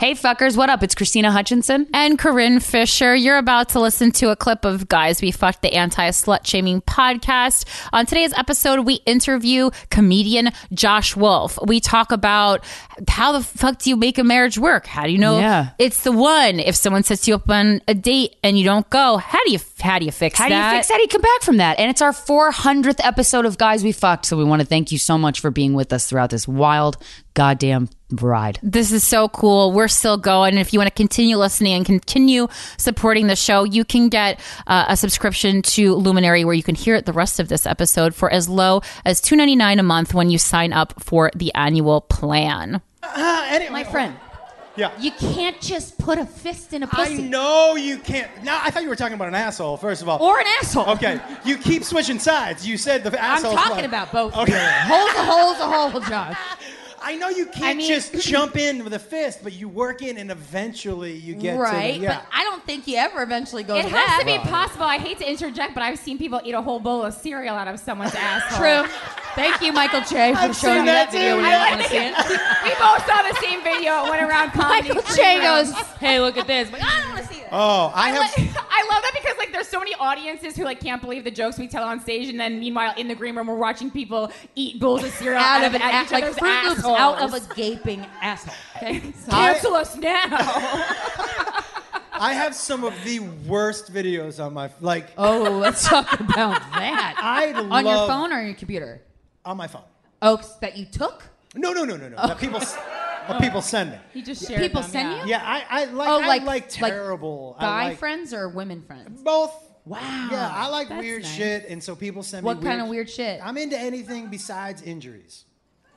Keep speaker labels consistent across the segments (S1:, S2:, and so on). S1: Hey fuckers, what up? It's Christina Hutchinson.
S2: and Corinne Fisher. You're about to listen to a clip of Guys We Fucked the Anti Slut Shaming podcast. On today's episode, we interview comedian Josh Wolf. We talk about how the fuck do you make a marriage work? How do you know
S1: Yeah.
S2: it's the one? If someone sets you up on a date and you don't go, how do you how do you fix
S1: How do
S2: that?
S1: you fix that? He come back from that. And it's our 400th episode of Guys We Fucked. So we want to thank you so much for being with us throughout this wild goddamn ride.
S2: This is so cool. We're still going. And if you want to continue listening and continue supporting the show, you can get uh, a subscription to Luminary where you can hear the rest of this episode for as low as $2.99 a month when you sign up for the annual plan.
S1: My friend.
S2: You can't just put a fist in a
S3: I know you can't. Now I thought you were talking about an asshole. First of all,
S2: Or an asshole.
S3: Okay, you keep switching sides. You said the
S2: I'm
S3: asshole.
S2: talking about both.
S3: Okay.
S2: Hole's a hole's a hole, Josh.
S3: I know you can't
S2: mean-
S3: just jump in with a fist, but you work in, and eventually you get
S4: right,
S3: To the, yeah.
S4: but I don't think you ever eventually go
S5: It
S4: to
S5: has
S4: that.
S5: to be possible. I hate to interject, but I've seen people eat a whole bowl of cereal out of someone's asshole.
S4: True. Thank you, Michael Che, for
S3: I've
S4: showing
S3: seen
S4: me that
S3: that
S4: video.
S3: too,
S4: We
S3: yeah.
S4: don't want to see it.
S5: We both saw the same video. It went around comedy.
S4: Michael
S5: free
S4: Che
S5: roam.
S4: goes, "Hey, look at this." I'm like, I don't want to see that.
S3: oh, I
S5: I,
S3: have.
S5: lo- I love that because like there's so many audiences who like can't believe the jokes we tell on stage, and then meanwhile in the green room we're watching people eat bowls of cereal
S4: out
S5: out,
S4: of an
S5: at
S4: ass,
S5: each
S4: like
S5: other's
S4: Fruit Loops
S5: assholes.
S4: out of a gaping asshole. Okay,
S5: cancel us now.
S3: I have some of the worst videos on my like
S4: Oh, let's talk about that.
S3: I
S4: on your
S3: love-
S4: phone or on your computer?
S3: on my phone.
S4: Oaks that you took?
S3: No, no, no, no, no. That people, s- that people send me.
S5: you just shared
S4: People
S5: them,
S4: send
S5: yeah.
S4: you?
S3: Yeah, I, I like.
S4: Oh,
S3: I
S4: like
S3: like terrible. I
S4: guy
S3: like-
S4: friends or women friends?
S3: Both.
S4: Wow.
S3: Yeah, I like
S4: That's
S3: weird
S4: nice.
S3: shit, and so people send
S4: What
S3: me.
S4: kind of weird shit? Oh.
S3: I'm into anything besides injuries.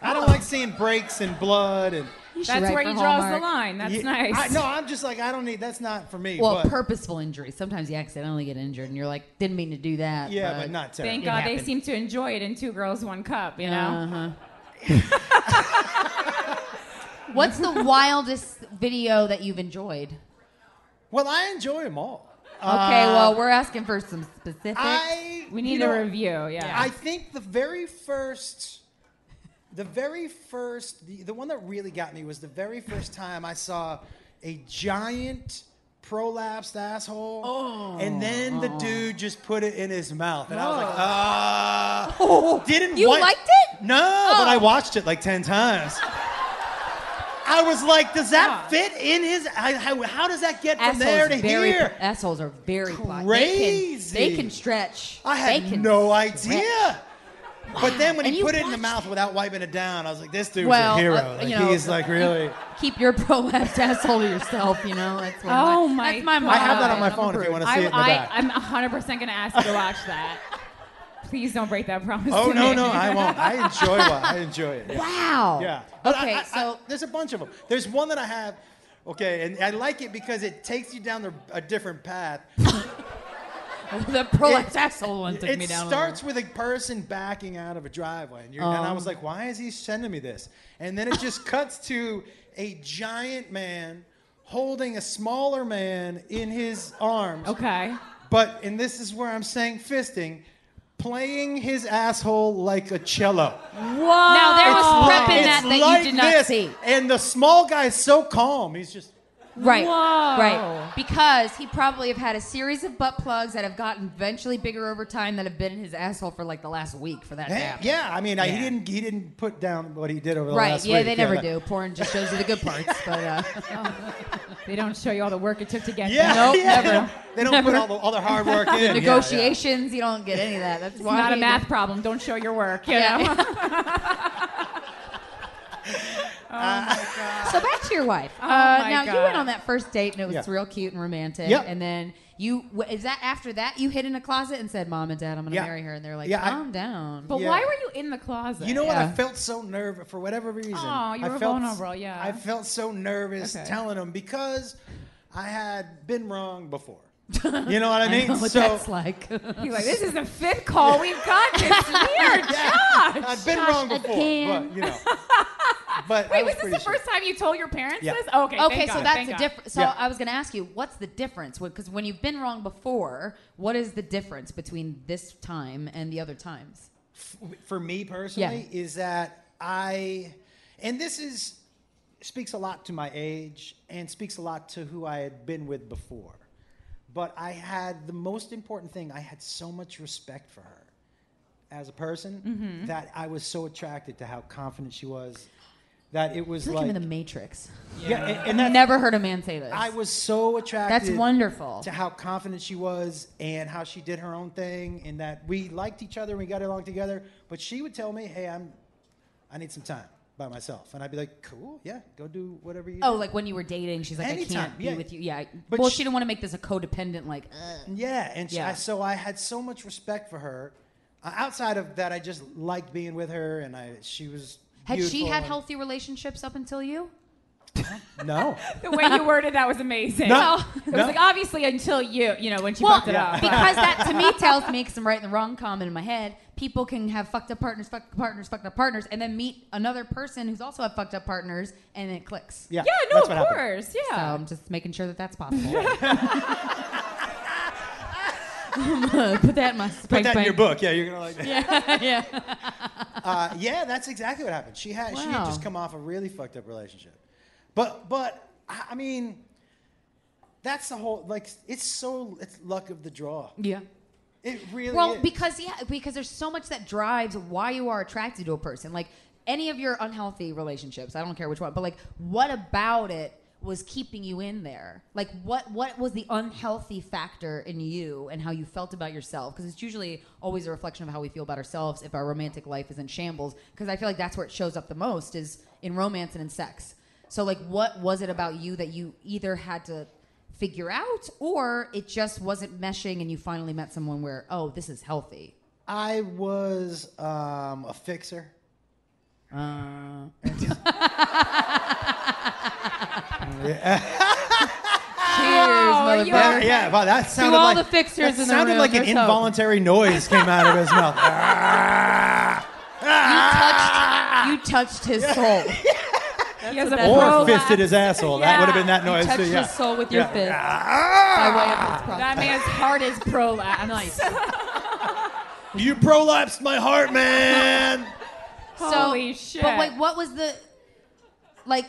S3: I don't like seeing breaks and blood and.
S5: That's
S4: write
S5: where
S4: for
S5: he draws
S4: Hallmark.
S5: the line. That's
S3: Yeah,
S5: nice.
S3: I, no, I'm just like I don't need. That's not for me.
S4: well,
S3: but,
S4: purposeful injury. Sometimes you accidentally get injured, and you're like, didn't mean to do that.
S3: Yeah, but not terrible.
S5: Thank God they
S4: happened.
S5: seem to enjoy it in Two Girls, One Cup, you know?
S4: Uh-huh. What's the wildest video that you've enjoyed?
S3: Well, I enjoy them all.
S4: Okay, well, we're asking for some specifics.
S3: I
S5: We
S3: you
S5: need
S3: know,
S5: a review, yeah.
S3: I think the very first, the very first, the, the one that really got me was the very first time I saw a giant prolapsed asshole,
S4: Oh.
S3: and then the dude just put it in his mouth, and I was like, ah. Didn't
S4: You
S3: want-
S4: liked it? Oh.
S3: No, but I watched it like ten times. I was like, does that fit in his? I, how, how does that get from
S4: assholes
S3: there to
S4: very,
S3: here?
S4: Assholes are very plot. They can, they
S3: Crazy.
S4: can stretch.
S3: I
S4: They
S3: had
S4: can
S3: no
S4: stretch.
S3: idea. But then when
S4: And
S3: he
S4: you
S3: put it in the
S4: watched
S3: mouth without wiping it down, I was like, this dude's
S4: Well, uh,
S3: a hero.
S4: you
S3: Like,
S4: know,
S3: he's like really.
S4: Keep your prolapsed asshole to yourself. You know that's what
S5: Oh
S4: my,
S5: my
S4: that's my
S5: God.
S4: motto.
S3: I have that on my
S4: I'm a
S3: phone if you
S4: prude.
S3: want to see
S5: I,
S3: it in the back.
S5: I, am 100% going to ask you to watch that. Please don't break that promise.
S3: oh
S5: to
S3: no,
S5: me.
S3: no, I won't. I enjoy it. I enjoy it. Yeah.
S4: Wow.
S3: Yeah. But I-
S4: Okay,
S3: I- I-
S4: so
S3: there's a bunch of them. There's one that I have. Okay, and I like it because it takes you down the, a different path.
S4: the prolapsed asshole one took
S3: It
S4: me down. a
S3: starts with a person backing out of a driveway, and, you're, and I
S4: Um.
S3: was like, "Why is he sending me this?" And then it just cuts to a giant man holding a smaller man in his arms.
S5: Okay.
S3: But and this is where I'm saying fisting, playing his asshole like a cello.
S4: little. Whoa.
S2: Now, there was
S4: It's
S2: prep in
S4: like-
S2: that
S3: It's
S2: that
S3: like
S2: you did not
S3: this,
S2: see.
S3: And the small guy is so calm. He's just
S4: Right.
S5: Whoa.
S4: Right. Because he probably have had a series of butt plugs that have gotten eventually bigger over time that have been in his asshole for like the last week for that to
S3: yeah.
S4: happen.
S3: yeah I mean, I, he
S4: Yeah.
S3: didn't he didn't put down what he did over the
S4: Right.
S3: last
S4: Yeah,
S3: week.
S4: they never
S3: that-
S4: do. Porn just shows you the good parts, but uh,
S5: They don't show you all the work it took to get
S3: Yeah,
S5: there.
S3: yeah. They don't put all the all their hard work in. Yeah, yeah.
S4: negotiations, you don't get any of that. That's
S5: It's
S4: why
S5: not a math problem. Don't show your work. You
S4: Yeah.
S5: know?
S4: So back to your wife. Uh,
S5: Oh, my
S4: now you
S5: God.
S4: went on that first date and it was
S3: Yeah.
S4: real cute and romantic.
S3: Yep.
S4: And then you w- is that after that you hid in a closet and said, "Mom and Dad, I'm going to
S3: Yeah.
S4: marry her," and they're like,
S3: Yeah, I-
S4: "Calm down."
S5: But
S3: Yeah.
S5: why were you in the closet?
S3: You know what?
S4: Yeah.
S3: I felt so nervous for whatever reason.
S5: Aw, you
S3: I
S5: were vulnerable, yeah.
S3: I felt so nervous
S5: Okay.
S3: telling him because I had been wrong before. You know what I mean?
S4: know what
S3: so
S4: that's like.
S5: He's like, this is the fifth call we've got this year, Josh.
S3: I've been wrong before,
S4: again.
S3: but you know. But I was
S5: Wait, was this
S3: pretty
S5: the first
S3: sure.
S5: time you told your parents
S3: Yeah.
S5: this? Okay, thank
S4: okay, so
S5: God,
S4: that's
S5: thank
S4: the
S5: God.
S4: difference. So
S3: Yeah.
S4: I was going to ask you, what's the difference? Because when you've been wrong before, what is the difference between this time and the other times?
S3: for me personally is that I, and this is speaks a lot to my age and speaks a lot to who I had been with before. But I had the most important thing. I had so much respect for her as a person
S4: Mm-hmm.
S3: that I was so attracted to how confident she was that it was
S4: It's like,
S3: like,
S4: I'm in the Matrix.
S3: yeah, and, and that's,
S4: Never heard a man say this.
S3: I was so attracted.
S4: That's wonderful.
S3: To how confident she was and how she did her own thing, and that we liked each other and we got along together. But she would tell me, "Hey, I'm, I need some time by myself," and I'd be like, "Cool, yeah, go do whatever you."
S4: Oh,
S3: do."
S4: like when you were dating, she's like, I
S3: Anytime,
S4: can't be
S3: yeah.
S4: with you. Yeah.
S3: But
S4: well,
S3: sh-
S4: she didn't want to make this a codependent, like, uh,
S3: yeah, and she-
S4: Yeah.
S3: I, so I had so much respect for her. Uh, outside of that, I just liked being with her, and I she was.
S4: Had she
S3: beautiful
S4: had
S3: and-
S4: healthy relationships up until you?
S3: No.
S5: The way you worded that was amazing.
S3: No,
S5: it was
S3: no.
S4: "Ah,
S5: like obviously until you, you know, when she
S4: Well,
S5: fucked it up. but-
S4: because that to me tells me, because I'm writing the wrong comment in my head, people can have fucked up partners, fucked up partners, fucked up partners, and then meet another person who's also had fucked up partners, and it clicks.
S3: Yeah.
S5: yeah, no,
S3: that's
S5: of
S3: what happened.
S5: course,
S4: So
S5: yeah.
S4: I'm just making sure that that's possible. Put that in my
S3: Put that in your book. Yeah, you're gonna like that.
S4: yeah.
S3: Uh, yeah, that's exactly what happened. She had she had
S4: Wow.
S3: just come off a really fucked up relationship, but but I I mean, that's the whole like it's so it's luck of the draw.
S4: Yeah.
S3: It really
S4: Well,
S3: is.
S4: because yeah, because there's so much that drives why you are attracted to a person. Like any of your unhealthy relationships, I don't care which one, but like what about it was keeping you in there? Like what what was the unhealthy factor in you and how you felt about yourself? Because it's usually always a reflection of how we feel about ourselves if our romantic life is in shambles. Because I feel like that's where it shows up the most is in romance and in sex. So like what was it about you that you either had to figure out or it just wasn't meshing and you finally met someone where oh this is healthy
S3: I was um, a fixer.
S2: Uh.
S4: cheers
S3: Oh, Yeah, yeah. Wow, that sounded
S2: all
S3: like
S2: the fixers
S3: that
S2: in the
S3: sounded
S2: room,
S3: like an
S2: there's hope.
S3: involuntary noise came out of his mouth.
S5: Ah.
S4: you touched his soul
S2: He has a
S3: Or
S2: prolapse.
S3: fisted his asshole. That would have been that
S2: You
S3: noise.
S2: touched
S3: too, yeah.
S2: his soul with your
S3: Yeah.
S2: fist.
S3: Ah!
S5: that man's heart is prolapsed.
S3: You prolapsed my heart, man.
S4: so
S5: Holy shit.
S4: but wait what was the like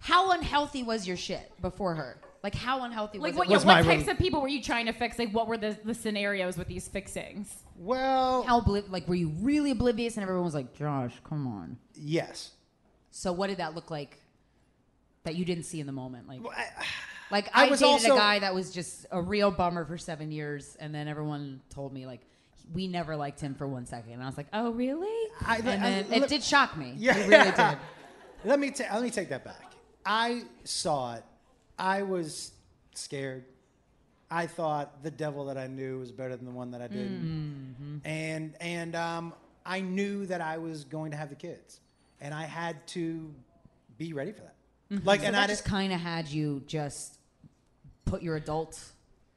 S4: how unhealthy was your shit before her like how unhealthy
S5: Like
S4: was
S5: what,
S4: it
S5: yeah,
S3: was my
S5: what
S3: rel-
S5: types of people were you trying to fix? Like what were the, the scenarios with these fixings?
S3: well,
S4: how obli- like were you really oblivious and everyone was like josh come on
S3: yes.
S4: so what did that look like that you didn't see in the moment like
S3: I-
S4: Like I,
S3: I was
S4: dated
S3: also-
S4: a guy that was just a real bummer for seven years, and then everyone told me like we never liked him for one second, and I was like, oh really?
S3: I-
S4: and
S3: I-
S4: then
S3: I-
S4: it did shock me.
S3: Yeah,
S4: it really did.
S3: Let me ta- let me take that back. I saw it. I was scared. I thought the devil that I knew was better than the one that I didn't,
S4: Mm-hmm.
S3: and and um, I knew that I was going to have the kids, and I had to be ready for that. Like,
S4: And Mm-hmm.
S3: and
S4: that
S3: I
S4: just
S3: just
S4: kind of had you just put your adult.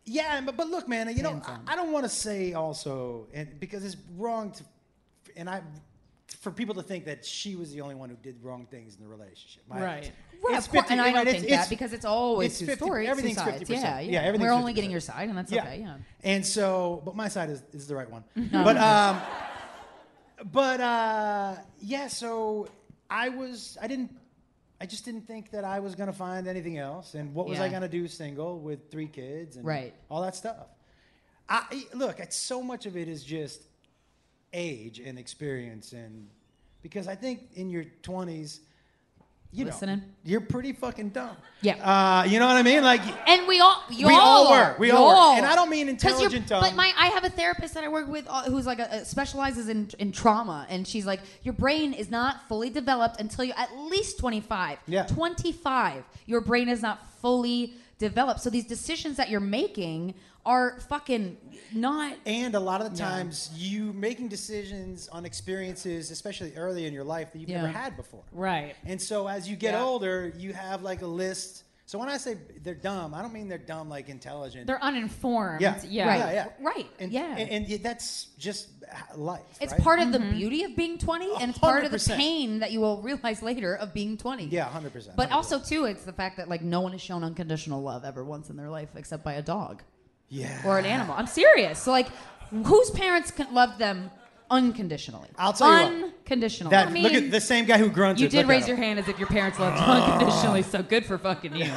S3: yeah, but, but look, man, you know,
S4: Hands
S3: I,
S4: on.
S3: I don't want to say also, and because it's wrong to, and I, for people to think that she was the only one who did wrong things in the relationship. I-
S5: Right.
S4: Right,
S3: it's
S4: of course,
S3: 50
S4: and I
S3: right,
S4: don't
S3: it's-
S4: think
S3: it's-
S4: that because it's always
S3: it's
S4: two
S3: 50
S4: stories,
S3: everything's
S4: two sides.
S3: 50%.
S4: Yeah, yeah.
S3: Yeah, everything's
S4: We're only getting
S3: 50%.
S4: your side, and that's okay. Yeah.
S3: And so, but my side is, is the right one. But um, but uh, yeah. So I was I didn't I just didn't think that I was gonna find anything else. And what was I
S4: Yeah.
S3: gonna do single with three kids and
S4: Right.
S3: all that stuff? I look. It's so much of it is just age and experience and because I think in your twenties you
S6: Listening.
S3: know, you're pretty fucking dumb.
S5: Yeah.
S3: Uh, you know what I mean? Like,
S5: And we all, y'all
S3: We all were.
S5: are.
S3: We all were.
S5: Y'all.
S3: And I don't mean
S5: 'Cause you're-
S3: intelligent dumb.
S5: But my, I have a therapist that I work with uh, who's like a, a- specializes in in trauma, and she's like, your brain is not fully developed until you're at least twenty five.
S3: Yeah.
S5: twenty five. Your brain is not fully developed, so these decisions that you're making are fucking not.
S3: and a lot of the times you making decisions on experiences, especially early in your life that you've never
S6: Yeah.
S3: had before.
S6: Right.
S3: And so as you get
S6: Yeah.
S3: older, you have like a list. So when I say they're dumb, I don't mean they're dumb like intelligent.
S6: They're uninformed.
S3: yeah.
S6: Yeah.
S5: Right.
S3: yeah, yeah.
S5: Right,
S3: And,
S5: yeah.
S3: And, and that's just life.
S5: It's
S3: right?
S5: part of
S6: Mm-hmm.
S5: the beauty of being 20, and it's part of the
S3: 100%.
S5: pain that you will realize later of being 20.
S3: Yeah, 100%,
S5: But
S3: 100%.
S5: also, too, it's the fact that like no one is shown unconditional love ever once in their life except by a dog.
S3: Yeah.
S5: or an animal. I'm serious. So like, whose parents can love them unconditionally?
S3: I'll tell you what.
S5: Unconditionally.
S3: that,
S5: I
S3: look
S5: mean,
S3: at the same guy who grunted.
S6: You did
S3: Look at
S6: raise
S3: him.
S6: your hand as if your parents loved you unconditionally, so good for fucking you.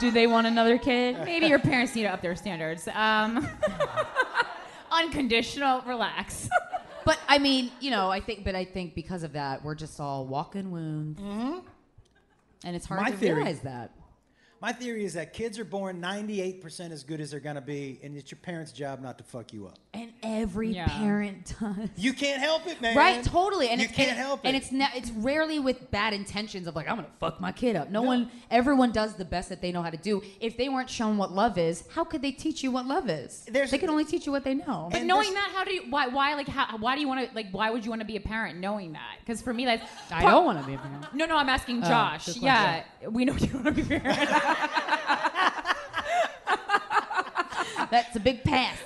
S6: Do they want another kid?
S2: Maybe your parents need to up their standards. Um, unconditional, relax.
S5: but I mean, you know, I think, but I think because of that, we're just all walking wounds, and it's hard
S3: Mm-hmm. My
S5: to
S3: theory-
S5: realize that.
S3: My theory is that kids are born 98% as good as they're going to be, and it's your parents' job not to fuck you up.
S5: And every
S6: Yeah.
S5: parent does.
S3: You can't help it, man.
S5: Right, totally, and
S3: you
S5: it's,
S3: can't
S5: and,
S3: help it.
S5: and it's ne- it's rarely with bad intentions of like I'm gonna fuck my kid up. No,
S3: No.
S5: one, everyone does the best that they know how to do. If they weren't shown what love is, how could they teach you what love is?
S3: There's-
S5: they can only teach you what they know.
S2: But
S3: And
S2: knowing
S3: this-
S2: that, how do you? Why? Why? Like, how, why do you want to? Like, why would you want to be a parent knowing that? Because for me, that's
S5: I don't want to be a parent.
S2: No, no, I'm asking Josh.
S5: good
S2: yeah, we know you don't want to be a parent.
S5: That's a big pass.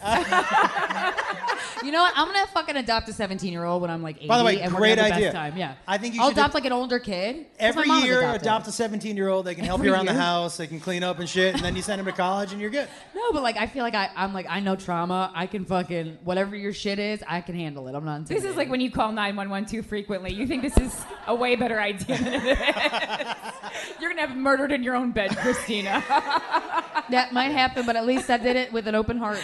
S5: you know what? I'm gonna fucking adopt a 17 year old when I'm like 80.
S3: By the way,
S5: and we're
S3: great
S5: gonna have the
S3: idea.
S5: Best time. Yeah,
S3: I think you
S5: I'll
S3: should
S5: adopt
S3: ad-
S5: like an older kid. 'Cause
S3: Every
S5: my mom was
S3: year,
S5: adopted.
S3: adopt a 17 year old. They can help
S5: Every
S3: you around
S5: year?
S3: the house. They can clean up and shit. And then you send them to college and you're good.
S5: No, but like I feel like I, I'm like I know trauma. I can fucking whatever your shit is, I can handle it. I'm not.
S2: this is like when you call 911 too frequently. You think this is a way better idea than it is. You're gonna have murdered in your own bed, Christina.
S5: that might happen, but at least I did it with an open heart.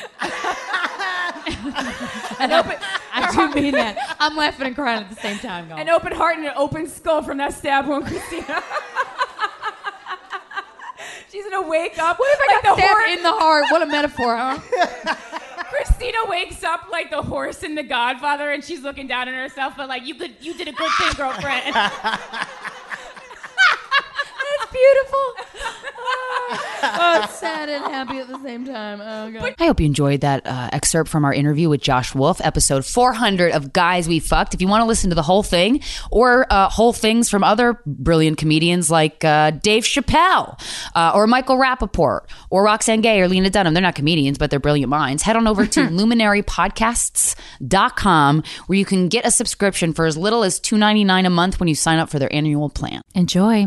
S2: An open,
S5: I do mean that. I'm laughing and crying at the same time. Y'all.
S2: an open heart and an open skull from that stab wound, Christina. She's gonna wake up. What if
S5: I got stabbed in the heart. What a metaphor, huh?
S2: Christina wakes up like the horse in The Godfather, and she's looking down on herself, but like you could, you did a good thing, girlfriend.
S5: That's beautiful. oh, it's sad and happy at the same time. Oh god.
S4: I hope you enjoyed that uh, excerpt from our interview with Josh Wolf, episode 400 of Guys We Fucked. If you want to listen to the whole thing or uh, whole things from other brilliant comedians like uh, Dave Chappelle uh, or Michael Rappaport or Roxanne Gay or Lena Dunham, they're not comedians, but they're brilliant minds, head on over to luminarypodcasts.com where you can get a subscription for as little as $2.99 a month when you sign up for their annual plan.
S6: Enjoy.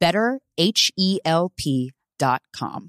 S4: better, H E L P.com.